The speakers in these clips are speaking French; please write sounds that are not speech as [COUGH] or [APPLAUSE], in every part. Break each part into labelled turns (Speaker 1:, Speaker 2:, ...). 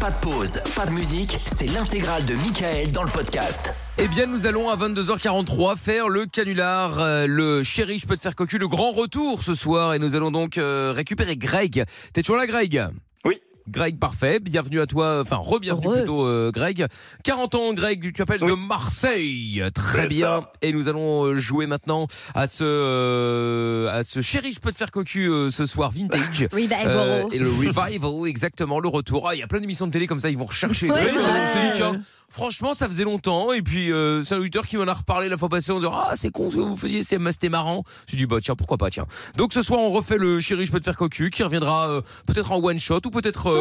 Speaker 1: Pas de pause, pas de musique, c'est l'intégrale de Michael dans le podcast.
Speaker 2: Eh bien, nous allons à 22h43 faire le canular, euh, le chéri, je peux te faire cocu, le grand retour ce soir. Et nous allons donc euh, récupérer Greg. T'es toujours là, Greg
Speaker 3: Oui.
Speaker 2: Greg, parfait. Bienvenue à toi, enfin, re-bienvenue
Speaker 4: Re.
Speaker 2: plutôt, euh, Greg. 40 ans, Greg, tu appelles
Speaker 3: Oui.
Speaker 2: de Marseille. Très
Speaker 3: C'est
Speaker 2: bien. Et nous allons euh, jouer maintenant à ce, euh, à ce chéri, je peux te faire cocu euh, ce soir, vintage.
Speaker 4: Revival.
Speaker 2: Euh, et le revival, exactement, le retour. Ah, il y a plein d'émissions de télé comme ça, ils vont rechercher.
Speaker 4: Ouais.
Speaker 2: les trucs. On s'est dit,
Speaker 4: Ouais.
Speaker 2: tiens, franchement, ça faisait longtemps. Et puis, euh, c'est un auditeur qui m'en a reparlé la fois passée en disant Ah, c'est con ce que vous faisiez, c'est- c'était marrant. J'ai dit, bah tiens, pourquoi pas, tiens. Donc ce soir, on refait le chéri, je peux te faire cocu, qui reviendra euh, peut-être en one shot ou peut-être euh,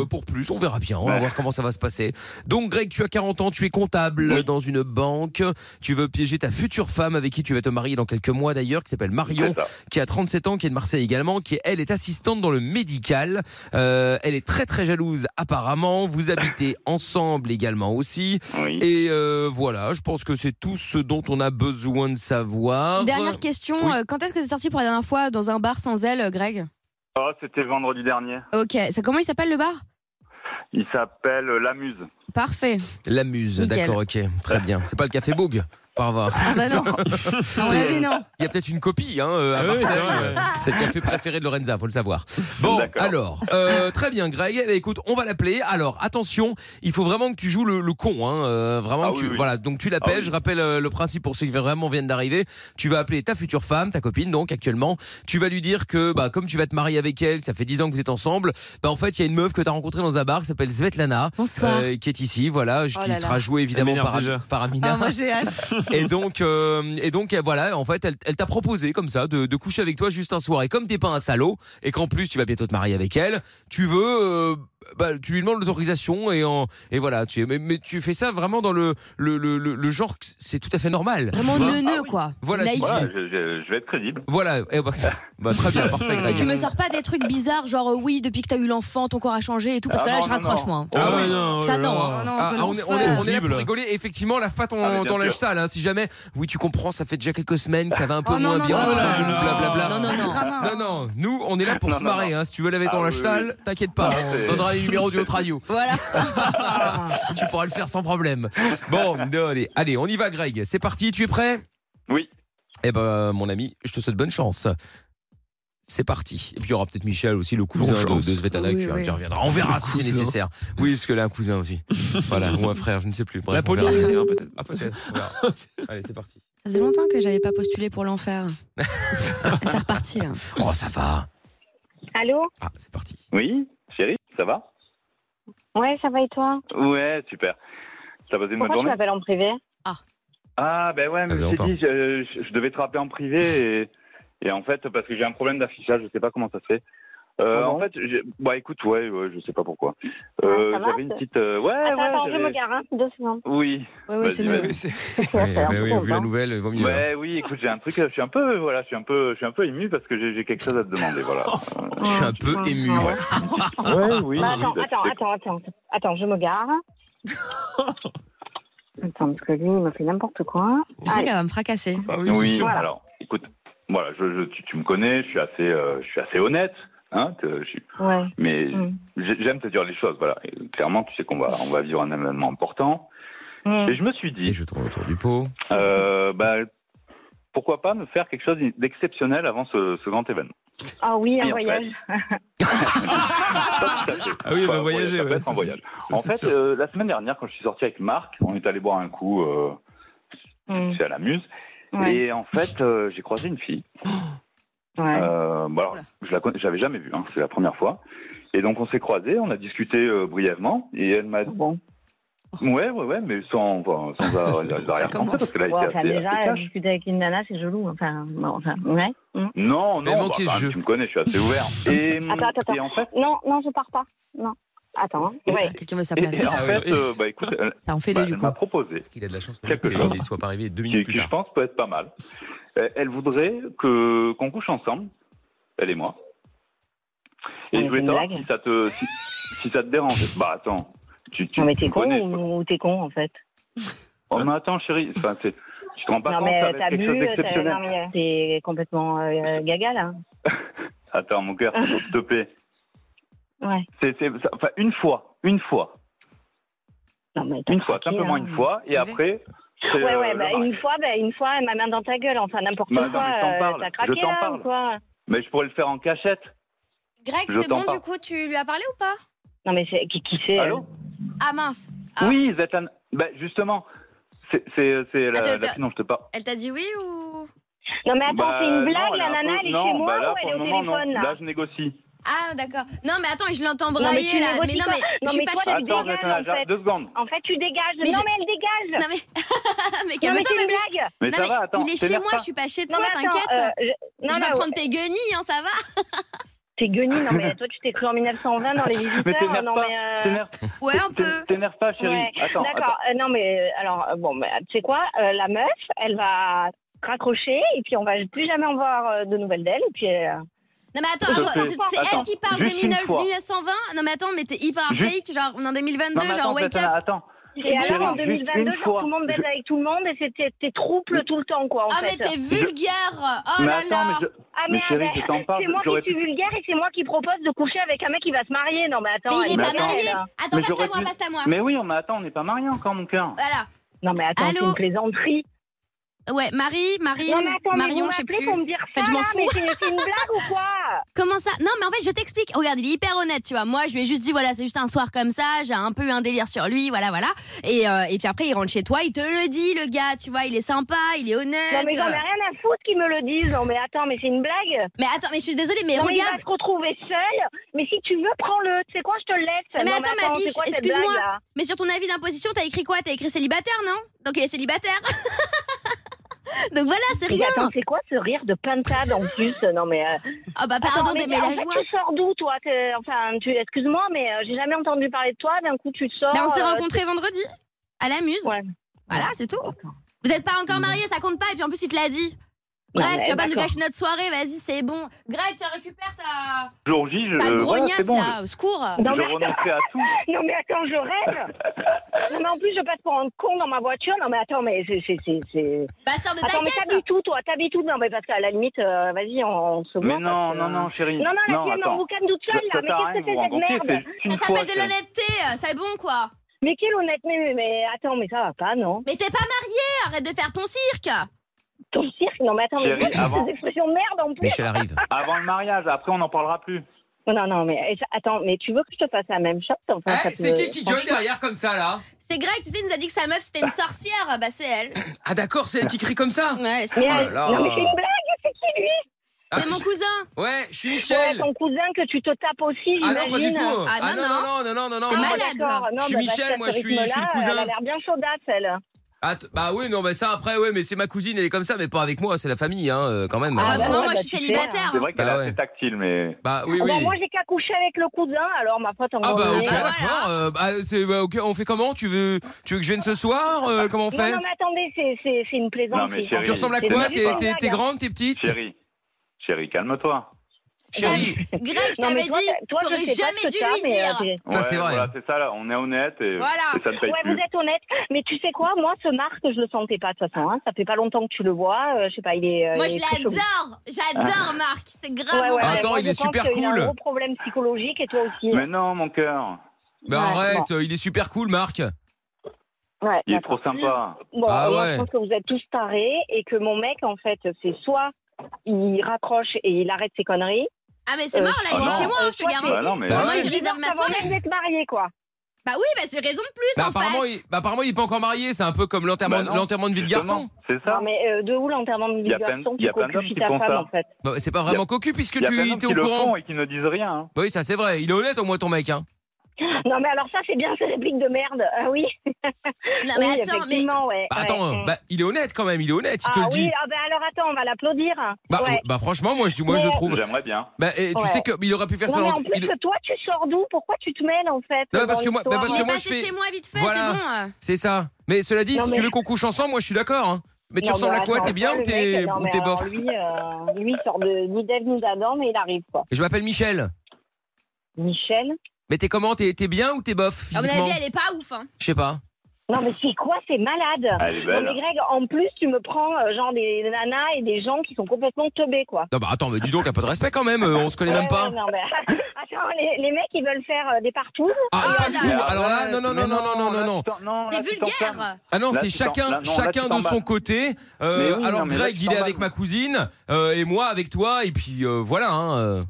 Speaker 4: Oh.
Speaker 2: pour plus. On verra bien, on va
Speaker 3: Ouais.
Speaker 2: voir comment ça va se passer. Donc, Greg, tu as 40 ans, tu es comptable
Speaker 3: Oui.
Speaker 2: dans une banque. Tu veux piéger ta future femme avec qui tu vas te marier dans quelques mois d'ailleurs, qui s'appelle Marion
Speaker 3: C'est ça.
Speaker 2: qui a 37 ans, qui est de Marseille également, qui elle est assistante dans le médical. Euh, elle est très très jalouse apparemment. Vous habitez ensemble également aussi.
Speaker 3: Oui.
Speaker 2: Et euh, voilà, je pense que c'est tout ce dont on a besoin de savoir.
Speaker 4: Dernière question,
Speaker 2: Oui.
Speaker 4: euh, quand est-ce que t'es sorti pour la dernière fois dans un bar sans elle, euh, Greg
Speaker 3: Oh, c'était vendredi dernier.
Speaker 4: Ok, ça, comment il s'appelle le bar
Speaker 3: Il s'appelle euh, La Muse. [LAUGHS]
Speaker 4: Parfait.
Speaker 2: La muse,
Speaker 4: Nickel.
Speaker 2: d'accord, ok, très bien. C'est pas le café Boug, par hasard.
Speaker 4: Ah bah non,
Speaker 2: C'est- euh, Il y a peut-être une copie hein, euh, à Marseille. C'est le café préféré de Lorenza, faut le savoir. Bon,
Speaker 3: D'accord.
Speaker 2: alors, euh, très bien, Greg. Eh bien, écoute, on va l'appeler. Alors, attention, il faut vraiment que tu joues le, le con. Hein, euh, vraiment,
Speaker 3: Ah
Speaker 2: que
Speaker 3: oui,
Speaker 2: tu,
Speaker 3: oui.
Speaker 2: voilà. Donc, tu l'appelles.
Speaker 3: Ah oui.
Speaker 2: Je rappelle euh, le principe pour ceux qui vraiment viennent d'arriver. Tu vas appeler ta future femme, ta copine, donc actuellement. Tu vas lui dire que, bah, comme tu vas te marier avec elle, ça fait 10 ans que vous êtes ensemble. Bah, en fait, il y a une meuf que tu as rencontrée dans un bar qui s'appelle Svetlana.
Speaker 4: bonsoir.
Speaker 2: euh, qui est ici, voilà,
Speaker 4: Oh
Speaker 2: qui
Speaker 4: là
Speaker 2: sera
Speaker 4: là. Ah,
Speaker 2: jouée évidemment
Speaker 5: m'énerve
Speaker 2: par,
Speaker 5: déjà.
Speaker 2: par Amina.
Speaker 4: j'ai hâte.
Speaker 2: [LAUGHS] Et donc, euh, et donc, euh, voilà, en fait, elle, elle t'a proposé comme ça de, de coucher avec toi juste un soir. Et comme t'es pas un salaud et qu'en plus tu vas bientôt te marier avec elle, tu veux, euh, bah, tu lui demandes l'autorisation et en, et voilà, tu, mais, mais tu fais ça vraiment dans le le, le, le- le genre que c'est tout à fait normal.
Speaker 4: Vraiment
Speaker 5: Voilà.
Speaker 4: neuneux, quoi.
Speaker 2: Voilà,
Speaker 4: Naïf.
Speaker 2: tu-
Speaker 3: Voilà, je, je- je vais être crédible.
Speaker 2: Voilà, eh ben, [LAUGHS] bah, très bien, parfait,
Speaker 4: Et tu
Speaker 2: Greg.
Speaker 4: me sors pas des trucs bizarres, genre euh, oui, depuis que t'as eu l'enfant, ton corps a changé et tout, parce
Speaker 3: Ah
Speaker 4: que là,
Speaker 3: non,
Speaker 4: je
Speaker 3: non,
Speaker 4: raccroche,
Speaker 3: non.
Speaker 4: moi. hein.
Speaker 2: Ah oui.
Speaker 5: non,
Speaker 4: Ça,
Speaker 5: oh là
Speaker 4: non,
Speaker 5: là.
Speaker 4: hein.
Speaker 2: Ah, on, est, on, est, on est là pour
Speaker 5: Horrible.
Speaker 2: rigoler. Effectivement, la fat on,
Speaker 3: Ah, mais bien
Speaker 2: dans la
Speaker 3: sûr.
Speaker 2: sale. hein. si jamais, oui, tu comprends, ça fait déjà quelques semaines que ça va un peu
Speaker 6: Oh, non,
Speaker 2: moins
Speaker 6: non,
Speaker 2: bien.
Speaker 4: non,
Speaker 2: blablabla.
Speaker 5: non,
Speaker 2: blablabla.
Speaker 4: non, non, non.
Speaker 2: Non, non, nous, on est là pour
Speaker 3: Non,
Speaker 2: se
Speaker 3: non,
Speaker 2: marrer.
Speaker 3: non.
Speaker 2: hein. Si tu veux laver ton
Speaker 3: Ah,
Speaker 2: linge
Speaker 3: oui,
Speaker 2: sale, t'inquiète pas,
Speaker 3: Ah,
Speaker 2: on
Speaker 3: c'est-
Speaker 2: donnera les numéros du autre radio. [LAUGHS]
Speaker 4: Voilà.
Speaker 2: tu
Speaker 3: [LAUGHS]
Speaker 2: pourras le faire sans problème. Bon, non, allez, allez, on y va, Greg. C'est parti, tu es prêt
Speaker 3: Oui.
Speaker 2: Eh ben, mon ami, je te souhaite bonne chance. C'est parti. Et puis il y aura peut-être Michel aussi, le cousin de,
Speaker 5: chance.
Speaker 2: de Svetlana
Speaker 4: Oui,
Speaker 2: qui,
Speaker 4: oui.
Speaker 2: qui reviendra. On verra si c'est
Speaker 5: cousin.
Speaker 2: nécessaire. Oui, parce qu'elle a un cousin
Speaker 3: [LAUGHS]
Speaker 2: aussi. voilà, ou un frère, je ne sais plus. Bref,
Speaker 5: La
Speaker 2: on verra.
Speaker 5: police aussi, hein, peut-être.
Speaker 2: Ah, [LAUGHS] peut-être. on verra. Allez, c'est parti.
Speaker 4: Ça faisait longtemps que j'avais pas postulé pour
Speaker 2: [LAUGHS]
Speaker 4: l'enfer. C'est reparti, là.
Speaker 2: Oh, ça va.
Speaker 6: Allô
Speaker 2: Ah, c'est parti.
Speaker 3: Oui, chérie, ça va
Speaker 6: Ouais, ça va et toi
Speaker 3: Ouais, super. Ça passé une bonne
Speaker 6: Pourquoi tu
Speaker 3: journée
Speaker 6: m'appelles en privé
Speaker 3: Ah, ben ouais, mais
Speaker 2: faisait
Speaker 3: je t'ai
Speaker 2: longtemps.
Speaker 3: dit, je, je- je devais te rappeler en privé. Et, et en fait, parce que j'ai un problème d'affichage, je sais pas comment ça se fait. Euh,
Speaker 6: Ah bon
Speaker 3: en fait, j'ai- bah écoute, ouais, ouais, je sais pas pourquoi. Euh,
Speaker 6: Ah, ça va,
Speaker 3: j'avais une
Speaker 6: c'est-
Speaker 3: petite. euh, ouais,
Speaker 6: Attends,
Speaker 3: ouais.
Speaker 6: attends, je me
Speaker 3: j'avais-
Speaker 6: gare, hein, deux secondes.
Speaker 3: Oui.
Speaker 4: Ouais, ouais,
Speaker 3: Vas-y,
Speaker 4: c'est
Speaker 3: vas-y.
Speaker 4: mieux.
Speaker 6: Ouais, c'est un peu
Speaker 2: on a vu la
Speaker 6: bon. hein.
Speaker 2: nouvelle, il vaut mieux.
Speaker 3: Ouais, oui, écoute, j'ai un truc, je suis un peu, voilà, je suis un peu, je suis un peu ému parce que j'ai- j'ai quelque chose à te demander, voilà.
Speaker 2: Je suis un peu
Speaker 6: Ouais.
Speaker 2: ému.
Speaker 6: [LAUGHS] Ah, Ouais.
Speaker 3: Ouais, oui.
Speaker 6: Bah, attends, attends, attends, attends, attends, je
Speaker 3: [LAUGHS]
Speaker 6: me gare. Attends, parce que lui, il me fait n'importe quoi.
Speaker 4: Je sens
Speaker 6: Allez.
Speaker 4: qu'elle va me fracasser.
Speaker 5: Ah oui,
Speaker 3: Oui,
Speaker 5: c'est sûr.
Speaker 6: Voilà.
Speaker 3: alors, écoute, voilà, je, je- tu, tu me connais, je suis assez, euh, je suis assez honnête, hein, que je suis-
Speaker 6: Ouais.
Speaker 3: mais
Speaker 6: Mm.
Speaker 3: j'ai- j'aime te dire les choses, voilà. Et clairement, tu sais qu'on va, on va vivre un événement important.
Speaker 6: Mm.
Speaker 3: Et je me suis
Speaker 2: Et
Speaker 3: dit,
Speaker 2: je tourne autour du pot.
Speaker 3: euh, bah, pourquoi pas me faire quelque chose d'exceptionnel avant ce, ce grand événement.
Speaker 6: Ah oui,
Speaker 3: Et
Speaker 6: un
Speaker 3: en
Speaker 6: voyage.
Speaker 5: Ah oui, elle
Speaker 3: Voilà,
Speaker 5: va voyager.
Speaker 3: ça peut être
Speaker 5: ouais,
Speaker 3: un
Speaker 5: c'est-
Speaker 3: voyage.
Speaker 5: c'est-
Speaker 3: En
Speaker 5: c'est
Speaker 3: fait,
Speaker 5: sûr.
Speaker 3: euh, la semaine dernière, quand je suis sorti avec Marc, on est allé boire un coup, euh,
Speaker 6: Mm.
Speaker 3: c'est à la muse.
Speaker 6: Ouais.
Speaker 3: Et en fait, euh, j'ai croisé une fille.
Speaker 6: Ouais.
Speaker 3: Euh, bon, alors,
Speaker 4: Oula.
Speaker 3: je la conna- j'avais jamais vue, hein, c'est la première fois. Et donc on s'est croisés, on a discuté euh, brièvement, et elle m'a dit...
Speaker 6: Bon, Oh.
Speaker 3: Ouais, ouais, ouais, mais sans, enfin, sans
Speaker 6: [LAUGHS]
Speaker 3: arrière
Speaker 4: commence.
Speaker 3: parce que là,
Speaker 6: Bon,
Speaker 3: il était
Speaker 6: enfin,
Speaker 3: assez- assez
Speaker 6: déjà,
Speaker 3: cash.
Speaker 6: discuter avec une nana, c'est jaloux. Enfin, bon, enfin, ouais. Mm.
Speaker 3: Non,
Speaker 2: Mais
Speaker 3: non,
Speaker 2: manquer
Speaker 3: bah,
Speaker 2: le jeu.
Speaker 3: tu me connais, je suis assez
Speaker 6: [LAUGHS]
Speaker 3: ouvert. Et,
Speaker 6: Attends, attends,
Speaker 3: et en fait,
Speaker 6: Non, non, je pars pas. Non. Attends, hein. ouais.
Speaker 4: Quelqu'un veut sa
Speaker 5: Ah,
Speaker 3: et-
Speaker 4: place.
Speaker 3: et en fait, euh, bah écoute, elle,
Speaker 4: Ça en fait
Speaker 3: bah,
Speaker 4: deux, du
Speaker 3: elle
Speaker 4: coup.
Speaker 3: m'a proposé,
Speaker 2: Il a de la chance
Speaker 3: Quelque
Speaker 2: qu'il
Speaker 3: chose.
Speaker 2: ne soit pas arrivé deux
Speaker 3: qui,
Speaker 2: minutes
Speaker 3: hein. qui,
Speaker 2: plus
Speaker 3: je
Speaker 2: tard.
Speaker 3: pense peut être pas mal. Euh, Elle voudrait que qu'on couche ensemble, elle et moi. Et
Speaker 6: Mais
Speaker 3: je voulais
Speaker 6: c'est une
Speaker 3: savoir
Speaker 6: blague.
Speaker 3: si ça te, si, si ça te dérangeait. Bah attends, tu, tu,
Speaker 6: Non, mais
Speaker 3: tu
Speaker 6: t'es
Speaker 3: me connais, je
Speaker 6: con ou, ou t'es con, en fait
Speaker 3: Oh, mais attends, chérie, enfin, c'est- tu te rends pas
Speaker 6: Non,
Speaker 3: compte,
Speaker 6: mais
Speaker 3: ça
Speaker 6: euh,
Speaker 3: va
Speaker 6: t'as
Speaker 3: être quelque chose
Speaker 6: bu, t'as-
Speaker 3: d'exceptionnel.
Speaker 6: non, mais, euh, t'es complètement euh, gaga, là.
Speaker 3: Attends, mon cœur, s'il te plaît.
Speaker 6: [LAUGHS] Ouais.
Speaker 3: C'est, c'est- ça- enfin, une fois, Une fois.
Speaker 6: Non, mais t'as
Speaker 3: Une fois,
Speaker 6: craqué,
Speaker 3: simplement
Speaker 6: hein.
Speaker 3: une fois. Et
Speaker 4: Tu
Speaker 3: après. c'est,
Speaker 6: Ouais,
Speaker 3: euh,
Speaker 6: ouais,
Speaker 3: le
Speaker 6: bah,
Speaker 3: mariage.
Speaker 6: une fois, bah, une fois, ma main dans ta gueule, enfin n'importe
Speaker 3: Bah,
Speaker 6: quoi.
Speaker 3: non, mais je t'en
Speaker 6: euh,
Speaker 3: parle,
Speaker 6: T'as
Speaker 3: je
Speaker 6: craqué
Speaker 3: t'en
Speaker 6: là
Speaker 3: parle.
Speaker 6: ou quoi
Speaker 3: Mais je pourrais le faire en cachette.
Speaker 5: Greg,
Speaker 3: Je
Speaker 5: c'est bon
Speaker 3: t'en
Speaker 5: du coup, tu lui as parlé ou pas
Speaker 6: Non, mais c'est- qui, qui c'est euh
Speaker 3: Allô
Speaker 5: Ah mince. Ah.
Speaker 3: Oui, Zlatan. Ben, justement, c'est c'est- c'est la,
Speaker 5: Attends, attends.
Speaker 3: la fille dont je te parle.
Speaker 5: Elle t'a dit oui ou
Speaker 6: Non, mais attends,
Speaker 3: Bah,
Speaker 6: c'est une blague,
Speaker 3: non,
Speaker 6: la
Speaker 3: un
Speaker 6: nana,
Speaker 3: peu-
Speaker 6: elle est
Speaker 3: non,
Speaker 6: chez moi
Speaker 3: bah là,
Speaker 6: ou
Speaker 3: pour
Speaker 6: elle
Speaker 3: le
Speaker 6: est au
Speaker 3: moment,
Speaker 6: téléphone
Speaker 3: non.
Speaker 6: là
Speaker 3: Là, je négocie.
Speaker 5: Ah d'accord. Non mais attends, je l'entends
Speaker 6: mais tu
Speaker 5: brailler là.
Speaker 6: négocies
Speaker 5: Mais non
Speaker 6: pas.
Speaker 5: mais
Speaker 6: Non,
Speaker 5: je suis
Speaker 6: mais
Speaker 5: pas
Speaker 6: toi,
Speaker 5: chez
Speaker 6: tu
Speaker 5: toi.
Speaker 3: Attends,
Speaker 6: dégages,
Speaker 3: Zlatan,
Speaker 6: en fait.
Speaker 3: deux secondes.
Speaker 6: En fait, tu dégages.
Speaker 5: Mais
Speaker 6: non,
Speaker 5: je-
Speaker 6: mais elle dégage.
Speaker 5: Non mais [LAUGHS] mais
Speaker 6: Non, mais
Speaker 5: calme-toi
Speaker 6: c'est une
Speaker 5: mais
Speaker 6: blague.
Speaker 3: Mais
Speaker 5: Non
Speaker 3: ça
Speaker 5: mais
Speaker 3: va, attends.
Speaker 5: il est chez
Speaker 3: t'énerve
Speaker 5: moi,
Speaker 3: pas.
Speaker 5: je suis pas chez toi,
Speaker 6: Non, mais attends,
Speaker 5: t'inquiète.
Speaker 6: euh, je-
Speaker 5: je
Speaker 6: Non,
Speaker 5: vais
Speaker 6: mais
Speaker 5: prendre tes guenilles, hein, ça va
Speaker 6: t'es guenille, non,
Speaker 3: [LAUGHS]
Speaker 6: mais toi, tu t'es cru en 1920 dans les visiteurs.
Speaker 3: t'énerve
Speaker 6: non,
Speaker 3: pas,
Speaker 6: mais. euh,
Speaker 3: T'énerve-
Speaker 5: Ouais, un peu.
Speaker 3: T'énerve pas, chérie.
Speaker 6: Ouais,
Speaker 3: Attends, attends.
Speaker 6: D'accord, euh, non, mais euh, alors, euh, bon, mais, tu sais quoi, euh, la meuf, elle va raccrocher et puis on va plus jamais en voir euh, de nouvelles d'elle. Et puis. euh,
Speaker 5: Non mais attends,
Speaker 3: Je
Speaker 5: attends,
Speaker 3: fais-
Speaker 5: c'est c'est
Speaker 3: attends,
Speaker 5: elle qui parle de
Speaker 3: juste une
Speaker 5: 19-
Speaker 3: fois.
Speaker 5: 1920 Non mais attends, mais t'es hyper
Speaker 3: Juste-
Speaker 5: archaïque, genre on est en 2022,
Speaker 3: Non, mais
Speaker 5: genre
Speaker 3: attends,
Speaker 5: wake
Speaker 3: Zlatan,
Speaker 5: up.
Speaker 3: attends.
Speaker 6: Oh
Speaker 5: T'es
Speaker 6: Et alors, en
Speaker 5: bon.
Speaker 3: Chérie, juste
Speaker 6: 2022,
Speaker 3: une
Speaker 6: genre,
Speaker 3: fois,
Speaker 6: tout le monde baise
Speaker 3: je-
Speaker 6: avec tout le monde et c'était t'es trouble tout le temps, quoi, en
Speaker 5: Ah mais
Speaker 6: fait.
Speaker 5: t'es vulgaire Oh
Speaker 3: mais
Speaker 5: là
Speaker 3: attends,
Speaker 5: là
Speaker 3: mais je-
Speaker 6: Ah,
Speaker 3: mais chérie,
Speaker 6: ah, ben,
Speaker 3: je t'en parle,
Speaker 6: C'est moi
Speaker 3: j'aurais
Speaker 6: qui suis vulgaire et c'est moi qui propose de coucher avec un mec qui va se marier. Non, mais attends,
Speaker 5: Mais il est
Speaker 6: elle
Speaker 5: pas
Speaker 6: est
Speaker 5: marié.
Speaker 6: belle, hein.
Speaker 5: Attends,
Speaker 3: mais
Speaker 5: passe à
Speaker 3: j'aurais
Speaker 5: moi,
Speaker 3: pu-
Speaker 5: passe à moi
Speaker 3: Mais oui, mais attends, on n'est pas mariés encore, mon cœur.
Speaker 5: Voilà.
Speaker 6: Non, mais attends,
Speaker 5: Allô
Speaker 6: c'est une plaisanterie.
Speaker 5: Ouais, Marie, Marine,
Speaker 6: Non, mais attends, mais vous
Speaker 5: Marion, je sais
Speaker 6: m'appelez
Speaker 5: plus.
Speaker 6: pour me dire ça,
Speaker 5: fait, je m'en
Speaker 6: là,
Speaker 5: fous.
Speaker 6: mais c'est c'est une blague ou quoi
Speaker 5: Comment ça Non, mais en fait, je t'explique. Regarde, il est hyper honnête, tu vois. Moi, je lui ai juste dit, voilà, c'est juste un soir comme ça, j'ai un peu eu un délire sur lui, voilà, voilà. Et, euh, et puis après, il rentre chez toi, il te le dit, le gars, tu vois, il est sympa, il est honnête.
Speaker 6: Non, mais j'en ai rien à foutre qu'ils me le disent. Non, mais attends, mais c'est une blague.
Speaker 5: Mais attends, mais je suis désolée, mais
Speaker 6: non, mais il
Speaker 5: regarde.
Speaker 6: va se retrouver seul. Mais si tu veux, prends-le. Tu sais quoi, je te le laisse.
Speaker 5: Non, mais attends, ma
Speaker 6: c'est
Speaker 5: biche,
Speaker 6: quoi cette
Speaker 5: excuse-moi.
Speaker 6: blague, là
Speaker 5: Mais sur ton avis d'imposition, t'as écrit quoi T'as écrit célibataire, non Donc il est célibataire. [LAUGHS] Donc voilà, c'est
Speaker 6: Mais
Speaker 5: rien.
Speaker 6: attends, c'est quoi ce rire de pintade en plus Non, mais. euh,
Speaker 5: Ah bah pardon,
Speaker 6: Attends, mais
Speaker 5: des
Speaker 6: en fait,
Speaker 5: mélanges.
Speaker 6: tu sors d'où, toi T'es- Enfin, tu... excuse-moi, mais euh, j'ai jamais entendu parler de toi. D'un coup, tu sors.
Speaker 5: Bah, on s'est
Speaker 6: euh,
Speaker 5: rencontrés vendredi à la muse.
Speaker 6: Ouais.
Speaker 5: Voilà, c'est tout. Vous n'êtes pas encore mariés, ça compte pas. Et puis en plus, il te l'a dit.
Speaker 6: Non,
Speaker 5: Bref,
Speaker 6: mais
Speaker 5: tu vas pas nous
Speaker 6: d'accord.
Speaker 5: gâcher notre soirée, vas-y, c'est bon. Greg, tu récupères ta,
Speaker 3: Jour J, je.
Speaker 5: ta
Speaker 3: voilà,
Speaker 5: grognasse
Speaker 3: Euh, c'est bon,
Speaker 5: là, au secours.
Speaker 3: je-
Speaker 6: Non,
Speaker 3: Je
Speaker 6: mais-
Speaker 3: renonçais à tout.
Speaker 6: Non, mais attends, je rêve. non, mais en plus, je passe pour un con dans ma voiture. Non, mais attends, mais c'est. c'est- c'est- c'est-
Speaker 5: Bah, sors de ta
Speaker 6: Attends, mais
Speaker 5: caisse.
Speaker 6: t'habites où, toi T'habites où Non, mais parce qu'à la limite, euh, vas-y, on, on se voit.
Speaker 3: Mais non,
Speaker 6: parce que- euh,
Speaker 3: non, non, chérie.
Speaker 6: Non, non, la tienne, on
Speaker 3: attends.
Speaker 6: boucane toute
Speaker 3: Ça
Speaker 6: seule, là.
Speaker 3: ça sert à
Speaker 6: Mais
Speaker 3: rien
Speaker 6: qu'est-ce
Speaker 3: de
Speaker 6: que
Speaker 3: vous
Speaker 6: c'est
Speaker 3: rencontrer,
Speaker 6: cette
Speaker 3: c'est
Speaker 6: merde
Speaker 3: juste
Speaker 5: Ça
Speaker 3: une fois.
Speaker 5: s'appelle de
Speaker 3: chérie.
Speaker 5: l'honnêteté, euh, c'est bon quoi.
Speaker 6: Mais quelle honnêteté. Mais, mais attends, mais ça va pas, non
Speaker 5: Mais t'es pas marié, arrête de faire ton cirque.
Speaker 6: Ton cirque Non, mais attends, mais
Speaker 3: Chérie,
Speaker 6: pourquoi
Speaker 3: avant-
Speaker 6: ces expressions de merde en plus
Speaker 2: Michel arrive.
Speaker 3: Avant le mariage, après, on n'en parlera plus.
Speaker 6: Ah. Non, non, mais eh, ça- attends, mais tu veux que je te fasse la même chose enfin, ça
Speaker 2: Hein, Eh, c'est
Speaker 6: peut-
Speaker 2: qui qui gueule derrière comme ça là
Speaker 5: C'est Greg, tu sais, il nous a dit que sa meuf c'était une sorcière. Bah, c'est elle.
Speaker 2: Ah d'accord, c'est elle qui crie comme ça
Speaker 5: Ouais, c'est
Speaker 6: Mais,
Speaker 2: Oh là
Speaker 6: elle-
Speaker 2: là.
Speaker 6: Non, mais c'est une blague, c'est qui lui
Speaker 2: Ah,
Speaker 5: c'est mon cousin.
Speaker 2: Ouais, je suis
Speaker 6: Ouais,
Speaker 2: Michel.
Speaker 6: hein, ton cousin que tu te tapes aussi,
Speaker 2: Ah non, pas du
Speaker 6: j'imagine. Ah,
Speaker 2: tout.
Speaker 5: Ah, non,
Speaker 2: non, non, non, non, non, non.
Speaker 5: T'es
Speaker 2: moi,
Speaker 5: malade. hein.
Speaker 6: d'accord.
Speaker 5: Je
Speaker 6: Non,
Speaker 2: suis
Speaker 6: bah,
Speaker 2: Michel,
Speaker 6: parce qu'à
Speaker 2: moi,
Speaker 6: ce
Speaker 2: je suis- je suis le
Speaker 6: rythme-là,
Speaker 2: cousin.
Speaker 6: Elle a l'air bien chaudasse, elle.
Speaker 2: Att- bah oui, non, mais ça après, ouais, mais c'est ma cousine, elle est comme ça, mais pas avec moi, c'est la famille, hein, euh, quand même.
Speaker 6: Ah,
Speaker 5: Heureusement,
Speaker 6: bah ouais,
Speaker 5: moi
Speaker 6: bah,
Speaker 5: je suis
Speaker 6: tu sais,
Speaker 5: célibataire.
Speaker 3: C'est vrai qu'elle est
Speaker 2: Bah ouais.
Speaker 3: assez tactile, mais.
Speaker 2: Bah oui,
Speaker 6: Ah
Speaker 2: oui.
Speaker 6: bah, moi, j'ai qu'à coucher avec le cousin, alors ma pote en
Speaker 2: Ah bah
Speaker 6: gros,
Speaker 2: ok,
Speaker 6: mais-
Speaker 5: Ah, voilà.
Speaker 2: d'accord. euh, bah, c'est- bah, ok, on fait comment Tu veux, tu veux que je vienne ce soir Euh, Comment on
Speaker 6: Non,
Speaker 2: fait
Speaker 6: non, mais attendez, c'est- c'est c'est une
Speaker 3: Non,
Speaker 6: plaisanterie.
Speaker 3: mais
Speaker 2: Tu
Speaker 3: chérie.
Speaker 2: ressembles à
Speaker 6: C'est
Speaker 2: quoi
Speaker 6: juste
Speaker 2: T'es
Speaker 6: une
Speaker 2: t'es-
Speaker 6: blague,
Speaker 2: t'es
Speaker 6: hein.
Speaker 2: grande, t'es petite
Speaker 3: Chérie. Chérie, calme-toi.
Speaker 2: Chérie.
Speaker 5: Greg, je
Speaker 6: Non,
Speaker 5: t'avais
Speaker 6: mais toi,
Speaker 5: dit,
Speaker 6: t'as- toi, je
Speaker 5: t'aurais
Speaker 6: sais pas
Speaker 5: jamais
Speaker 6: ce que
Speaker 5: dû
Speaker 6: t'as,
Speaker 5: lui
Speaker 6: mais, euh,
Speaker 5: dire.
Speaker 6: t'es-
Speaker 2: Ça, c'est vrai.
Speaker 3: Voilà, c'est ça, là. On est honnête et,
Speaker 5: Voilà.
Speaker 3: et ça ne paye
Speaker 6: Ouais, vous
Speaker 3: plus.
Speaker 6: êtes honnête, mais tu sais quoi, moi, ce Marc, je le sentais pas de toute façon. hein. Ça fait pas longtemps que tu le vois. euh, je sais pas, il est. euh,
Speaker 5: Moi,
Speaker 6: il
Speaker 5: je
Speaker 6: est très chelou.
Speaker 5: l'adore. J'adore Marc. C'est grave.
Speaker 6: Ouais,
Speaker 5: mon
Speaker 6: ouais,
Speaker 5: pote.
Speaker 2: Ah, attends,
Speaker 6: moi,
Speaker 2: il
Speaker 6: je
Speaker 2: est
Speaker 6: pense
Speaker 2: super
Speaker 6: qu'il a
Speaker 2: cool.
Speaker 6: un gros problème psychologique et toi aussi.
Speaker 3: Mais non, mon cœur.
Speaker 2: Bah
Speaker 6: Ouais,
Speaker 2: arrête, euh, il est super cool, Marc.
Speaker 6: Ouais,
Speaker 3: Il est
Speaker 6: d'accord.
Speaker 3: trop sympa.
Speaker 6: Bon,
Speaker 2: Ah
Speaker 6: moi,
Speaker 2: ouais.
Speaker 6: je pense que vous êtes tous tarés et que mon mec, en fait, c'est soit il raccroche et il arrête ses conneries.
Speaker 5: Ah, mais c'est
Speaker 6: Euh,
Speaker 5: mort là,
Speaker 3: ah
Speaker 5: il est
Speaker 3: non.
Speaker 5: chez moi, hein, je te
Speaker 6: Bah
Speaker 5: garantis.
Speaker 3: non, mais.
Speaker 2: Bah
Speaker 5: Moi,
Speaker 2: ouais.
Speaker 5: j'ai réservé ma
Speaker 6: Ça va
Speaker 5: soirée.
Speaker 6: que vous êtes mariés, quoi.
Speaker 5: Bah oui, bah c'est raison de plus
Speaker 2: Bah,
Speaker 5: en
Speaker 2: apparemment,
Speaker 5: fait.
Speaker 2: il, bah, apparemment, il est pas encore marié, c'est un peu comme l'enterrement
Speaker 3: Bah non,
Speaker 2: l'enterrement de vie de garçon.
Speaker 3: Justement, C'est ça.
Speaker 6: Non, mais euh, de où l'enterrement de
Speaker 3: Ah. Il y a
Speaker 6: migration
Speaker 3: plein- il y a plein d'hommes qui
Speaker 6: ta
Speaker 3: font
Speaker 6: femme,
Speaker 3: ça.
Speaker 6: en fait.
Speaker 2: Bah, c'est pas vraiment cocu puisque
Speaker 3: Il y a
Speaker 2: tu
Speaker 3: plein d'hommes
Speaker 2: étais au
Speaker 3: qui le
Speaker 2: courant.
Speaker 3: font et qui ne disent rien. hein.
Speaker 2: Bah oui, ça c'est vrai, il est honnête au moins ton mec. Hein.
Speaker 6: Non, mais alors ça, c'est bien ces répliques de merde. Ah oui.
Speaker 5: Non,
Speaker 6: oui,
Speaker 5: mais attends, mais.
Speaker 6: effectivement, ouais.
Speaker 2: Bah,
Speaker 6: ouais.
Speaker 2: attends,
Speaker 6: Mm.
Speaker 2: bah, il est honnête quand même, il est honnête, il te
Speaker 6: ah,
Speaker 2: le dit.
Speaker 6: Oui, ah, bah, alors attends, on va l'applaudir.
Speaker 2: Bah,
Speaker 6: Ouais.
Speaker 2: bah franchement, moi je, moi, je
Speaker 6: Mais-
Speaker 2: trouve.
Speaker 3: J'aimerais bien.
Speaker 2: Bah, eh, tu
Speaker 6: Ouais.
Speaker 2: sais qu'il aurait pu faire ça.
Speaker 6: non, mais
Speaker 2: dans-
Speaker 6: en plus
Speaker 2: il-
Speaker 6: que toi, tu sors d'où Pourquoi tu te mêles, en fait
Speaker 2: Non,
Speaker 6: dans
Speaker 2: parce que moi- bah,
Speaker 6: l'histoire
Speaker 2: parce que
Speaker 5: Il est
Speaker 2: moi,
Speaker 5: passé
Speaker 2: je fais-
Speaker 5: chez moi vite fait,
Speaker 2: Voilà.
Speaker 5: c'est bon. euh.
Speaker 2: C'est ça. Mais cela dit,
Speaker 6: Non,
Speaker 2: si
Speaker 6: mais-
Speaker 2: tu veux qu'on couche ensemble, moi je suis d'accord. Hein. Mais tu
Speaker 6: Non,
Speaker 2: ressembles à
Speaker 6: mais
Speaker 2: quoi
Speaker 6: attends,
Speaker 2: T'es bien
Speaker 6: le
Speaker 2: ou
Speaker 6: mec,
Speaker 2: t'es
Speaker 6: non,
Speaker 2: ou
Speaker 6: mais
Speaker 2: t'es
Speaker 6: alors,
Speaker 2: bof
Speaker 6: lui, euh, lui, il sort de ni d'Ève ni d'Adam, mais il arrive, quoi.
Speaker 2: Je m'appelle Michel.
Speaker 6: Michel
Speaker 2: Mais t'es comment T'es t'es bien ou t'es bof
Speaker 5: À mon
Speaker 2: physiquement
Speaker 5: avis, elle est pas ouf. hein.
Speaker 2: Je sais pas.
Speaker 6: Non, mais c'est quoi C'est malade.
Speaker 3: Ah, Elle est
Speaker 6: Non,
Speaker 3: belle.
Speaker 6: mais Greg, en plus, tu me prends euh, genre des nanas et des gens qui sont complètement teubés, quoi.
Speaker 2: Non, bah attends, mais dis donc, un peu de respect quand même, euh, on se connaît
Speaker 6: Ouais,
Speaker 2: même pas.
Speaker 6: ouais, non, mais... [LAUGHS] Attends, les, les mecs, ils veulent faire euh, des partout.
Speaker 2: Ah,
Speaker 5: Ah,
Speaker 2: pas du
Speaker 5: là
Speaker 2: tout.
Speaker 5: là.
Speaker 2: Alors là, non, non, non, non, non, non, non.
Speaker 3: non.
Speaker 5: T'es
Speaker 3: là, tu t'enfermes.
Speaker 5: vulgaire euh.
Speaker 2: Ah non,
Speaker 3: Là,
Speaker 2: c'est
Speaker 3: tu t'en-
Speaker 2: chacun,
Speaker 3: là, non, là,
Speaker 2: chacun
Speaker 3: tu t'en
Speaker 2: de
Speaker 3: vas.
Speaker 2: son côté. Euh,
Speaker 3: Mais oui,
Speaker 2: alors
Speaker 3: non, mais là,
Speaker 2: Greg,
Speaker 3: tu
Speaker 2: il est
Speaker 3: t'en
Speaker 2: avec
Speaker 3: vas.
Speaker 2: ma cousine euh, et moi avec toi et puis euh, voilà. Hein, euh.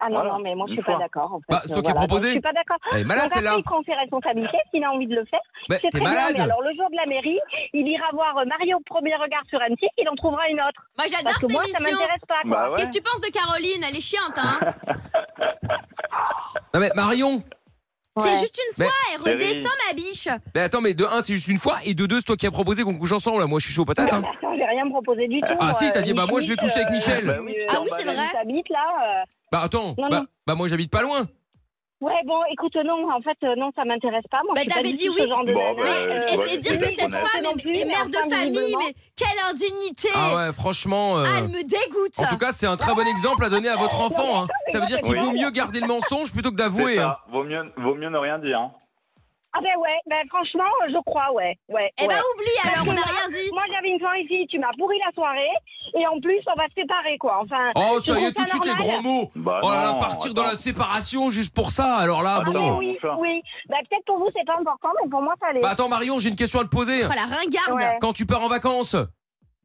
Speaker 6: Ah non,
Speaker 3: Voilà,
Speaker 6: non, mais moi, je
Speaker 3: une
Speaker 6: suis pas
Speaker 3: fois.
Speaker 6: d'accord. En fait.
Speaker 2: Bah, c'est toi
Speaker 6: Euh,
Speaker 2: qui as
Speaker 6: voilà,
Speaker 2: proposé. Ah,
Speaker 6: donc, Je suis pas d'accord.
Speaker 2: Elle est malade
Speaker 6: Donc, après,
Speaker 2: celle-là.
Speaker 6: il prend ses responsabilités s'il a envie de le faire.
Speaker 2: Bah, t'es
Speaker 6: c'est très bien, mais
Speaker 2: malade.
Speaker 6: Alors, le jour de la mairie, il ira voir euh, Mario au premier regard sur M6, il en trouvera une autre.
Speaker 5: Moi j'adore
Speaker 6: Parce que
Speaker 5: cette
Speaker 6: moi, ça
Speaker 5: émission.
Speaker 6: m'intéresse pas, quoi.
Speaker 3: Bah ouais.
Speaker 5: Qu'est-ce que tu penses de Caroline Elle est chiante, hein
Speaker 2: Non mais Marion,
Speaker 6: [LAUGHS] Ouais.
Speaker 5: C'est juste une
Speaker 2: Mais-
Speaker 5: fois, elle
Speaker 3: Mais oui.
Speaker 5: redescend ma biche.
Speaker 2: mais attends, mais de un, c'est juste une fois et de deux, c'est toi qui as proposé qu'on couche ensemble. Là, moi, je suis chaud patate. Hein.
Speaker 6: Attends, [LAUGHS] j'ai rien proposé du tout. euh,
Speaker 2: Ah, si, t'as dit, bah, moi, je vais coucher avec Michel.
Speaker 3: Bah oui,
Speaker 5: Ah oui, c'est vrai.
Speaker 6: T'habites là. euh,
Speaker 2: Bah attends,
Speaker 6: Non,
Speaker 2: bah,
Speaker 6: non.
Speaker 2: bah, moi j'habite pas loin.
Speaker 6: Ouais, bon, écoute, non, en fait, euh, non, ça m'intéresse pas. Moi,
Speaker 5: Bah,
Speaker 6: je suis pas
Speaker 5: t'avais
Speaker 6: du
Speaker 5: dit
Speaker 6: tout
Speaker 5: oui.
Speaker 6: ce genre de
Speaker 3: Bon,
Speaker 6: nana. Euh,
Speaker 3: bah,
Speaker 5: Mais
Speaker 3: ouais,
Speaker 5: et
Speaker 3: ouais,
Speaker 5: c'est
Speaker 3: ouais,
Speaker 5: dire que
Speaker 3: ouais,
Speaker 5: cette
Speaker 3: ouais.
Speaker 5: femme
Speaker 6: Non
Speaker 5: est,
Speaker 6: plus,
Speaker 5: est
Speaker 6: mais
Speaker 5: mère de
Speaker 6: enfin,
Speaker 5: famille,
Speaker 6: visiblement.
Speaker 5: mais quelle indignité
Speaker 3: Eh.
Speaker 2: Ah ouais, franchement. euh,
Speaker 5: Ah, Elle me dégoûte
Speaker 2: En tout cas, c'est un très bon exemple à donner à votre enfant. hein. Ça veut dire qu'il
Speaker 3: Oui.
Speaker 2: vaut mieux garder le mensonge plutôt que
Speaker 3: C'est
Speaker 2: d'avouer. hein.
Speaker 3: ça. Vaut mieux, vaut mieux ne rien dire. hein.
Speaker 6: Ah, ben ouais, ben franchement, euh, je crois, ouais. ouais,
Speaker 5: Eh
Speaker 6: ouais.
Speaker 5: ben oublie alors, on n'a rien dit
Speaker 6: Moi, j'avais une soirée ici, tu m'as pourri la soirée, et en plus, on va se séparer, quoi. Enfin.
Speaker 2: Oh,
Speaker 6: je
Speaker 2: ça y est, tout
Speaker 6: trouve
Speaker 2: de suite les
Speaker 6: normal.
Speaker 2: grands mots.
Speaker 3: Bah
Speaker 2: oh là là,
Speaker 3: non,
Speaker 2: partir dans la
Speaker 3: attends.
Speaker 2: séparation juste pour ça. Alors là,
Speaker 6: Ah,
Speaker 2: bon.
Speaker 6: mais
Speaker 3: Attends,
Speaker 6: oui,
Speaker 3: enfin.
Speaker 6: oui. Ben, peut-être pour vous, c'est pas important, mais pour moi, ça l'est.
Speaker 2: Bah attends, Marion, j'ai une question à te poser.
Speaker 5: Oh la ringarde
Speaker 6: Ouais.
Speaker 2: Quand tu pars en vacances,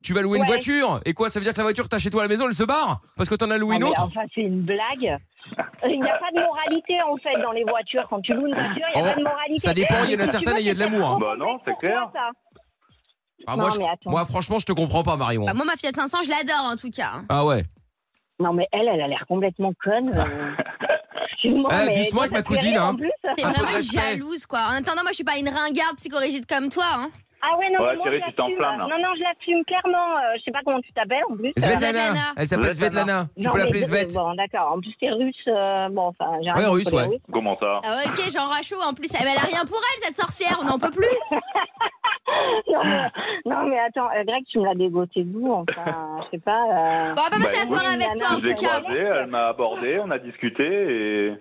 Speaker 2: tu vas louer une
Speaker 6: Ouais.
Speaker 2: voiture. Et quoi, ça veut dire que la voiture que t'as chez toi à la maison, elle se barre Parce que t'en as loué
Speaker 6: Ah,
Speaker 2: une
Speaker 6: mais
Speaker 2: autre
Speaker 6: Enfin, c'est une blague. Euh, Il n'y a pas de moralité, en fait, dans les voitures. Quand tu loues une voiture, il n'y a
Speaker 2: Oh,
Speaker 6: pas de moralité.
Speaker 2: ça dépend, il y en a
Speaker 6: Tu
Speaker 2: certaines
Speaker 6: veux
Speaker 2: et il y a de l'amour, hein.
Speaker 6: Pourquoi
Speaker 3: Bah non, c'est clair.
Speaker 6: ça
Speaker 2: Ah,
Speaker 6: non,
Speaker 2: moi, je-
Speaker 6: mais attends.
Speaker 2: moi, franchement, je te comprends pas, Marion.
Speaker 5: Bah, Moi ma Fiat 500, je l'adore en tout cas hein.
Speaker 2: Ah ouais.
Speaker 6: Non, mais elle, elle a l'air complètement conne. euh.
Speaker 2: [LAUGHS]
Speaker 6: Excuse-moi,
Speaker 2: Eh,
Speaker 6: mais
Speaker 2: doucement
Speaker 6: ça
Speaker 2: avec ma
Speaker 6: te fait
Speaker 2: cousine,
Speaker 6: rire, en
Speaker 2: hein.
Speaker 6: plus
Speaker 5: T'es
Speaker 2: Un peu de
Speaker 5: vraiment
Speaker 2: respect.
Speaker 5: jalouse quoi En attendant, moi je suis pas une ringarde psychorigide comme toi hein.
Speaker 6: Ah ouais, non,
Speaker 3: Ouais,
Speaker 6: mais moi,
Speaker 3: Thierry,
Speaker 6: je
Speaker 3: tu t'enflammes, là.
Speaker 6: l'assume. Non, non, je l'assume clairement. euh, je sais pas comment tu t'appelles, en plus. euh.
Speaker 2: Svetlana.
Speaker 5: Svetlana.
Speaker 2: Elle s'appelle
Speaker 3: Svetlana.
Speaker 2: Svetlana. Tu
Speaker 6: Non,
Speaker 2: peux
Speaker 6: mais
Speaker 2: l'appeler
Speaker 6: de-
Speaker 2: Svet.
Speaker 6: Bon, d'accord. En plus, t'es russe. euh, bon, enfin, j'ai rien
Speaker 2: Ouais, russe,
Speaker 6: contre les
Speaker 2: ouais.
Speaker 6: Russes. [LAUGHS]
Speaker 3: Comment ça
Speaker 5: Ah ok, Jean Rachaud en plus, Eh ben, elle, elle a rien pour elle cette sorcière, on n'en peut plus
Speaker 6: Non, mais- non, mais attends, euh, Greg, tu me l'as dégoté d'où Enfin, je sais pas. euh.
Speaker 5: Bon, on va pas passer
Speaker 3: Bah,
Speaker 5: la soirée
Speaker 6: écoute,
Speaker 5: avec toi
Speaker 3: Je
Speaker 5: Ah, en
Speaker 3: l'ai
Speaker 5: tout cas
Speaker 3: croisée, elle m'a abordé, on a discuté et, et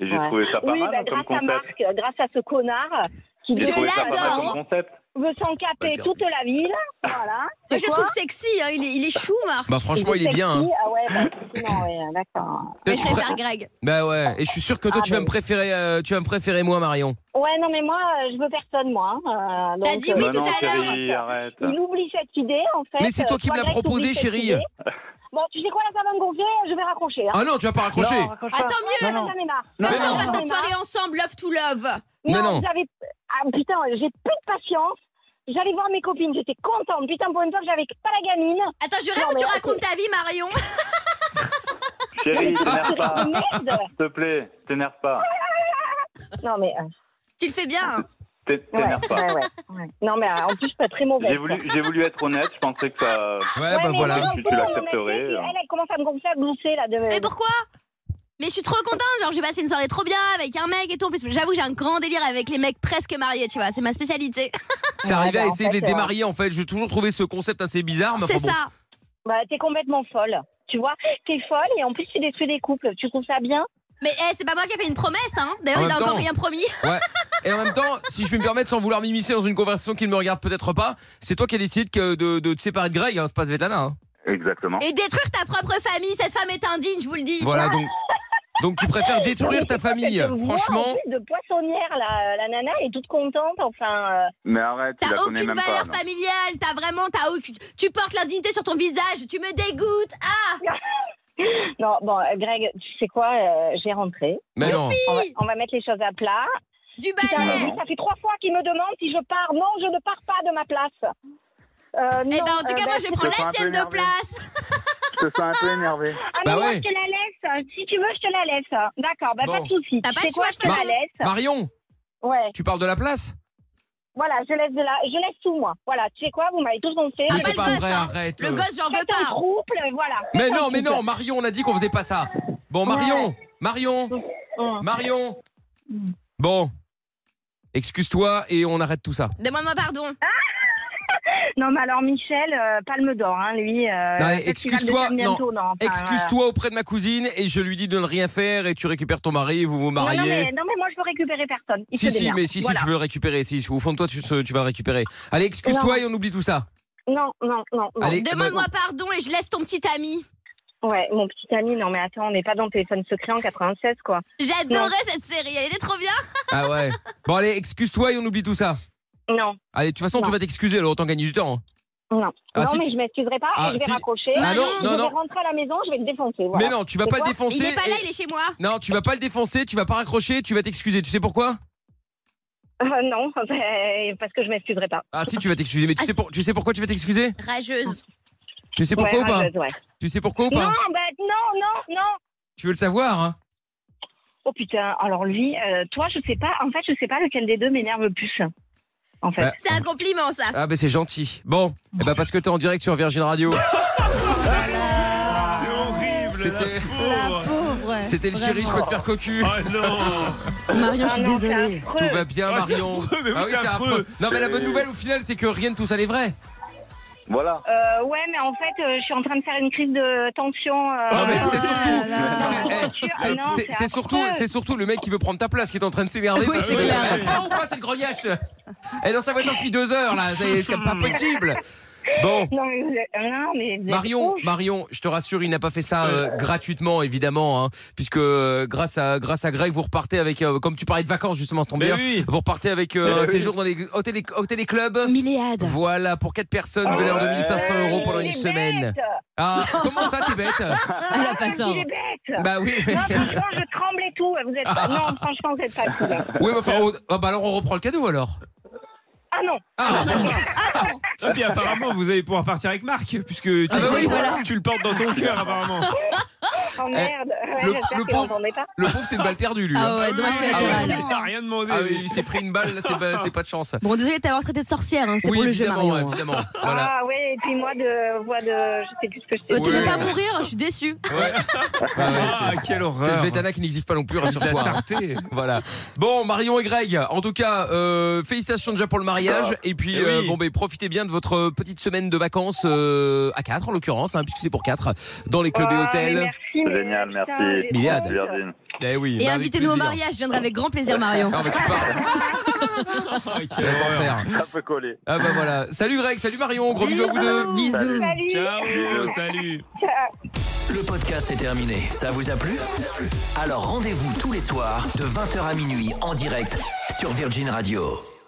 Speaker 3: j'ai
Speaker 6: Ouais.
Speaker 3: trouvé ça pas
Speaker 6: oui,
Speaker 3: mal
Speaker 6: bah,
Speaker 3: hein, comme
Speaker 6: grâce à
Speaker 3: concept.
Speaker 6: Marc, euh, grâce à ce connard qui
Speaker 5: Je
Speaker 3: J'ai trouvé ça pas mal
Speaker 5: l'adore.
Speaker 3: comme concept.
Speaker 6: veut s'encaper
Speaker 2: Bah,
Speaker 6: toute la ville. Voilà.
Speaker 5: Moi je le trouve sexy, hein, il, est, il est chou Marc
Speaker 2: Bah franchement, il est bien. hein.
Speaker 6: Ah ouais, bah, effectivement, ouais, d'accord.
Speaker 5: Mais
Speaker 2: Toi,
Speaker 5: je
Speaker 2: tu
Speaker 5: préfère
Speaker 2: pré-
Speaker 5: Greg
Speaker 2: Bah ouais. Et je suis sûr que toi,
Speaker 6: Ah,
Speaker 2: tu vas
Speaker 6: mais-
Speaker 2: me préférer, euh, tu vas me préférer moi, Marion.
Speaker 6: Ouais, non, mais moi, euh, je veux personne, moi. hein, euh,
Speaker 5: T'as
Speaker 6: donc,
Speaker 5: dit
Speaker 6: euh,
Speaker 5: oui
Speaker 3: Bah
Speaker 5: tout
Speaker 3: non,
Speaker 5: à l'heure.
Speaker 3: chérie, arrête.
Speaker 6: Il oublie cette idée, en fait.
Speaker 2: Mais c'est toi
Speaker 6: Euh,
Speaker 2: qui me l'as
Speaker 6: Greg,
Speaker 2: proposé,
Speaker 6: t'oublies cette
Speaker 2: chérie.
Speaker 6: idée. Bon, tu sais quoi, la personne gonflée, je vais raccrocher. Hein.
Speaker 2: Ah non, tu vas pas raccrocher.
Speaker 3: Non, raccroche pas.
Speaker 5: Attends Oh, mieux
Speaker 3: Non, non.
Speaker 6: J'en ai marre.
Speaker 3: Non,
Speaker 2: mais
Speaker 5: Comme ça on
Speaker 2: non.
Speaker 5: passe notre soirée ensemble, love to love
Speaker 2: Mais
Speaker 6: Non,
Speaker 2: non.
Speaker 6: j'avais. Ah putain, j'ai plus de patience. J'allais voir mes copines, j'étais contente. Putain, pour une fois que j'avais pas la gamine.
Speaker 5: Attends, je
Speaker 6: Non,
Speaker 5: rêve que
Speaker 6: mais
Speaker 5: tu
Speaker 6: attends.
Speaker 5: racontes ta vie Marion
Speaker 3: Chérie, t'énerve pas.
Speaker 6: [LAUGHS] Merde.
Speaker 3: S'il te plaît, t'énerve pas.
Speaker 6: Non, mais. euh,
Speaker 5: Tu le fais bien hein.
Speaker 3: T'é-
Speaker 6: ouais,
Speaker 3: T'énerve pas.
Speaker 6: ouais, ouais, ouais. Non, mais euh, en plus, je suis pas très mauvaise.
Speaker 3: J'ai voulu,
Speaker 6: quoi.
Speaker 3: j'ai voulu être honnête, je pensais que ça.
Speaker 2: Ouais,
Speaker 6: Ouais,
Speaker 2: bah
Speaker 6: mais
Speaker 2: voilà.
Speaker 6: non,
Speaker 3: Tu- tu
Speaker 6: c'est bon,
Speaker 3: l'accepterais,
Speaker 6: mon mec,
Speaker 3: euh.
Speaker 6: Elle, elle commence à me gonfler, à glousser, là. De...
Speaker 5: Mais pourquoi Mais je suis trop contente, genre j'ai passé une soirée trop bien avec un mec et tout. En plus, j'avoue, j'ai un grand délire avec les mecs presque mariés, tu vois, c'est ma spécialité.
Speaker 2: C'est arrivé
Speaker 6: bah,
Speaker 2: à
Speaker 6: en
Speaker 2: essayer de les
Speaker 6: fait, euh,
Speaker 2: démarier en fait. J'ai toujours trouvé ce concept assez bizarre. Mais
Speaker 5: c'est
Speaker 2: enfin, bon.
Speaker 5: ça.
Speaker 6: Bah, t'es complètement folle. Tu vois, t'es folle et en plus, tu détruis des couples. Tu trouves ça bien
Speaker 5: Mais eh, c'est pas moi qui ai fait une promesse, hein. D'ailleurs,
Speaker 2: En
Speaker 5: il a
Speaker 2: même
Speaker 5: encore
Speaker 2: temps-
Speaker 5: rien promis.
Speaker 2: Ouais. Et en même temps, si je puis me permettre, sans vouloir m'immiscer dans une conversation qui ne me regarde peut-être pas, c'est toi qui as décidé que- de, de te séparer de Greg, hein, c'est pas Svetlana. hein.
Speaker 3: Exactement.
Speaker 5: Et détruire ta propre famille, cette femme est indigne, je vous le dis.
Speaker 2: Voilà, donc, donc tu préfères
Speaker 6: Non, mais
Speaker 2: détruire ta
Speaker 6: c'est quoi
Speaker 2: famille.
Speaker 6: cette voix,
Speaker 2: Franchement,
Speaker 6: en plus, de poissonnière, là, euh, la nana, elle est toute contente. Enfin. euh,
Speaker 3: Mais arrête, tu la
Speaker 5: T'as
Speaker 3: connais
Speaker 5: aucune
Speaker 3: même
Speaker 5: valeur
Speaker 3: pas. non.
Speaker 5: familiale, t'as vraiment, t'as aucune. Tu portes l'indignité sur ton visage, tu me dégoûtes. Ah,
Speaker 6: Non, bon, euh, Greg, tu sais quoi euh, J'ai rentré.
Speaker 2: mais non.
Speaker 6: On va, on va mettre les choses à plat.
Speaker 5: du
Speaker 6: Putain,
Speaker 5: balai.
Speaker 3: Maman.
Speaker 6: ça fait trois fois qu'il me demande si je pars. Non, je ne pars pas de ma place. Euh,
Speaker 5: Eh
Speaker 6: non,
Speaker 5: ben, en tout
Speaker 6: euh,
Speaker 5: cas, moi, je
Speaker 4: bah,
Speaker 5: vais
Speaker 6: c'est-
Speaker 5: prendre
Speaker 3: te
Speaker 5: la
Speaker 3: sens un peu
Speaker 5: tienne de
Speaker 3: énervée.
Speaker 5: place.
Speaker 3: Je te sens un peu énervé.
Speaker 6: Ah, mais
Speaker 2: Bah
Speaker 6: moi,
Speaker 2: ouais.
Speaker 6: je te la laisse. Si tu veux, je te la laisse. D'accord, bah,
Speaker 2: Bon.
Speaker 6: pas de souci.
Speaker 5: T'as
Speaker 6: Tu
Speaker 5: pas
Speaker 6: sais
Speaker 5: le
Speaker 6: quoi,
Speaker 5: choix,
Speaker 6: je te
Speaker 5: de
Speaker 6: la
Speaker 5: toute
Speaker 6: laisse.
Speaker 2: Marion,
Speaker 6: Ouais,
Speaker 2: tu parles de la place
Speaker 6: voilà, je laisse de la, je laisse tout, moi. Voilà, tu sais quoi, vous m'avez tous gonflé.
Speaker 5: Ah,
Speaker 2: Mais
Speaker 5: pas
Speaker 2: c'est
Speaker 5: le
Speaker 2: pas
Speaker 5: gosse,
Speaker 2: vrai,
Speaker 5: hein.
Speaker 2: arrête.
Speaker 5: Le
Speaker 2: euh.
Speaker 5: gosse, j'en veux
Speaker 6: Faites un
Speaker 5: pas.
Speaker 6: couple, voilà.
Speaker 2: Mais
Speaker 6: Faites un
Speaker 2: non, mais
Speaker 6: couple.
Speaker 2: non, Marion, on a dit qu'on faisait pas ça. Bon, Marion, Marion,
Speaker 6: Hum.
Speaker 2: Marion.
Speaker 6: Mm.
Speaker 2: Bon, excuse-toi et on arrête tout ça.
Speaker 5: Demande-moi pardon.
Speaker 6: Non, mais alors Michel, euh, Palme d'Or, hein, lui.
Speaker 2: Non, mais
Speaker 6: euh, Festival de
Speaker 2: excuse-toi,
Speaker 6: Cannes bientôt, non, enfin, euh,
Speaker 2: Excuse-toi auprès de ma cousine et je lui dis de ne rien faire et tu récupères ton mari, vous vous
Speaker 6: non,
Speaker 2: mariez.
Speaker 6: non, mais, non, mais moi, je veux récupérer personne. Il
Speaker 2: Si,
Speaker 6: se
Speaker 2: si,
Speaker 6: démerde.
Speaker 2: mais si,
Speaker 6: Voilà.
Speaker 2: si, tu veux le récupérer. Si, au fond de toi, tu, tu vas le récupérer. Allez, excuse-toi et on oublie tout ça.
Speaker 6: Non, non, non, non.
Speaker 2: Allez,
Speaker 5: Demande-moi pardon et je laisse ton petit ami.
Speaker 6: Ouais, mon petit ami, non, mais attends, on n'est pas dans Téléphone Secret en 96, quoi. Non.
Speaker 5: J'adorais cette série, elle était trop bien.
Speaker 2: Ah
Speaker 6: [LAUGHS]
Speaker 2: ouais. Bon, allez, excuse-toi et on oublie tout ça.
Speaker 6: Non,
Speaker 2: Allez, de toute façon,
Speaker 6: Non.
Speaker 2: tu vas t'excuser, alors autant gagner du temps.
Speaker 6: non.
Speaker 2: Ah,
Speaker 6: non,
Speaker 2: si
Speaker 6: mais
Speaker 2: tu-
Speaker 6: je m'excuserai pas
Speaker 2: Ah,
Speaker 6: et je vais
Speaker 2: si.
Speaker 6: raccrocher.
Speaker 5: Ah,
Speaker 2: non,
Speaker 5: non,
Speaker 6: je
Speaker 2: non,
Speaker 6: vais
Speaker 2: non.
Speaker 6: rentrer à la maison, je vais le défoncer. Voilà.
Speaker 2: Mais non, tu vas
Speaker 6: C'est
Speaker 2: pas le
Speaker 6: quoi
Speaker 2: défoncer.
Speaker 5: Il est pas là,
Speaker 2: et-
Speaker 5: il est chez moi.
Speaker 2: Non, tu vas pas le défoncer, tu vas pas raccrocher, tu vas t'excuser. Tu sais pourquoi
Speaker 6: Euh, non, [LAUGHS] ben, parce que je m'excuserai pas.
Speaker 2: Ah si, tu vas t'excuser. Mais tu,
Speaker 5: Ah,
Speaker 2: sais pour- tu sais pourquoi tu vas t'excuser
Speaker 5: Rageuse.
Speaker 2: Tu sais pourquoi
Speaker 6: Ouais,
Speaker 2: ou pas
Speaker 6: rageuse, ouais.
Speaker 2: Tu sais pourquoi ou pas
Speaker 6: Non, ben, non, non, non.
Speaker 2: Tu veux le savoir hein
Speaker 6: Oh putain, alors lui, euh, toi, je sais pas. En fait, je sais pas lequel des deux m'énerve le plus. En fait.
Speaker 2: Bah,
Speaker 5: C'est un compliment ça.
Speaker 2: Ah ben c'est gentil. Bon, eh ben parce que t'es en direct sur Virgin Radio.
Speaker 7: C'est horrible,
Speaker 2: C'était-
Speaker 7: la pauvre.
Speaker 4: pauvre.
Speaker 2: C'était le chéri, je peux te faire cocu.
Speaker 7: Oh non
Speaker 4: Marion, je
Speaker 6: Ah
Speaker 4: suis
Speaker 6: non,
Speaker 4: désolée.
Speaker 6: c'est affreux.
Speaker 2: Tout va bien
Speaker 7: Ah, c'est
Speaker 2: Marion.
Speaker 7: affreux, mais oui,
Speaker 2: ah oui,
Speaker 7: c'est
Speaker 2: c'est
Speaker 7: affreux.
Speaker 2: affreux. Non mais la bonne nouvelle au final c'est que rien de tout ça n'est vrai.
Speaker 3: Voilà.
Speaker 6: Euh, ouais, mais en fait, euh, je suis en train de faire une crise de tension. euh,
Speaker 2: Non, Ah, mais c'est
Speaker 6: euh,
Speaker 2: surtout-
Speaker 6: dans
Speaker 2: c'est-
Speaker 6: la
Speaker 2: eh,
Speaker 6: voiture. Ah
Speaker 2: C'est-
Speaker 6: non,
Speaker 2: C'est c'est surtout,
Speaker 6: affreux.
Speaker 2: c'est surtout le mec qui veut prendre ta place qui est en train de s'énerver. Ah,
Speaker 4: Oui,
Speaker 2: parce
Speaker 4: c'est
Speaker 2: que-
Speaker 4: clair.
Speaker 2: Elle part ou pas cette grognache Elle est dans sa voiture depuis deux heures là. C'est c'est pas possible. Bon.
Speaker 6: Non, mais, vous êtes- non, mais vous êtes
Speaker 2: Marion,
Speaker 6: ouf.
Speaker 2: Marion, je te rassure, il n'a pas fait ça euh, gratuitement, évidemment, hein, puisque euh, grâce à grâce à Greg, vous repartez avec, euh, comme tu parlais de vacances justement, c'est tombé
Speaker 7: Mais
Speaker 2: bien,
Speaker 7: oui.
Speaker 2: vous repartez avec euh, un séjour dans les hôtels, et- hôtels et clubs.
Speaker 4: Euh. Milléade.
Speaker 2: Voilà, pour quatre personnes, vous allez en 2500 euros pendant
Speaker 6: Euh, Il
Speaker 2: une
Speaker 6: est
Speaker 2: semaine.
Speaker 6: bête.
Speaker 2: Ah, comment ça, t'es
Speaker 4: [LAUGHS]
Speaker 2: bête
Speaker 5: Ah,
Speaker 4: Elle a pas
Speaker 5: hein.
Speaker 6: Parce qu'il
Speaker 4: tort.
Speaker 6: est bête.
Speaker 2: [LAUGHS] Bah oui. mais-
Speaker 6: Non, franchement, je tremble et tout. Vous êtes pas... Non, franchement, vous êtes pas cool.
Speaker 2: Oui, mais enfin, on- ah, bah alors on reprend le cadeau alors.
Speaker 6: Ah non.
Speaker 2: Ah,
Speaker 7: Et Ah, puis apparemment, vous allez pouvoir partir avec Marc, puisque tu,
Speaker 2: Ah bah oui,
Speaker 4: voilà.
Speaker 7: tu le portes dans ton cœur apparemment.
Speaker 6: Oh merde. Ouais,
Speaker 2: Eh, le-
Speaker 6: J'espère
Speaker 2: le
Speaker 6: que vous
Speaker 2: pauvre-
Speaker 6: n'entendez pas.
Speaker 2: le pauvre, c'est une balle perdue, lui. hein.
Speaker 4: Ah [LAUGHS] ouais, dommage
Speaker 7: oui,
Speaker 4: collatéral.
Speaker 7: Il n'a rien demandé.
Speaker 2: Ah oui, il s'est pris une balle, là, c'est pas, c'est pas de chance.
Speaker 4: Bon, désolée de t'avoir traité de sorcière, hein, c'était
Speaker 2: Oui,
Speaker 4: pour le jeu,
Speaker 2: évidemment,
Speaker 4: Marion.
Speaker 2: ouais, évidemment. Voilà.
Speaker 6: Ah ouais, et puis moi, de voix de. Je sais plus ce que je
Speaker 4: Euh,
Speaker 6: sais.
Speaker 4: Tu
Speaker 2: Ouais.
Speaker 4: veux pas mourir Je suis déçue.
Speaker 2: Ouais. Ah ouais,
Speaker 7: Ah,
Speaker 2: c'est-
Speaker 7: quelle
Speaker 2: c'est
Speaker 7: horreur.
Speaker 2: Svetana qui n'existe pas non
Speaker 7: [LAUGHS]
Speaker 2: plus,
Speaker 7: La
Speaker 2: rassure-toi.
Speaker 7: tartée.
Speaker 2: [LAUGHS] Voilà. Bon, Marion et Greg, en tout cas, euh, félicitations déjà pour le mariage. Et puis,
Speaker 7: Eh oui.
Speaker 2: euh, bon, ben, profitez bien de votre petite semaine de vacances euh, à 4 en l'occurrence, hein, puisque c'est pour 4 dans les
Speaker 4: Oh,
Speaker 2: clubs et
Speaker 6: Ah, mais
Speaker 2: hôtels.
Speaker 6: Merci, mais
Speaker 3: Génial,
Speaker 6: putain,
Speaker 3: merci.
Speaker 6: j'ai
Speaker 2: Miliade.
Speaker 6: trop honte.
Speaker 3: Virgin.
Speaker 2: Eh oui.
Speaker 4: Et
Speaker 2: bah, avec
Speaker 4: invitez-nous au
Speaker 2: plaisir.
Speaker 4: mariage, je viendrai avec grand plaisir, Marion.
Speaker 2: Non, mais tu parles,
Speaker 7: Ah,
Speaker 2: tu
Speaker 7: quelle
Speaker 2: vas t'en
Speaker 7: horreur. [LAUGHS]
Speaker 2: faire.
Speaker 3: Ça peut coller.
Speaker 2: Ah bah voilà. Salut Greg, salut Marion, gros bisous à vous deux.
Speaker 4: Bisous.
Speaker 6: Salut.
Speaker 7: Ciao, salut.
Speaker 6: Ciao.
Speaker 1: Le podcast est terminé. Ça vous a plu Alors rendez-vous tous les soirs de 20h à minuit en direct sur Virgin Radio.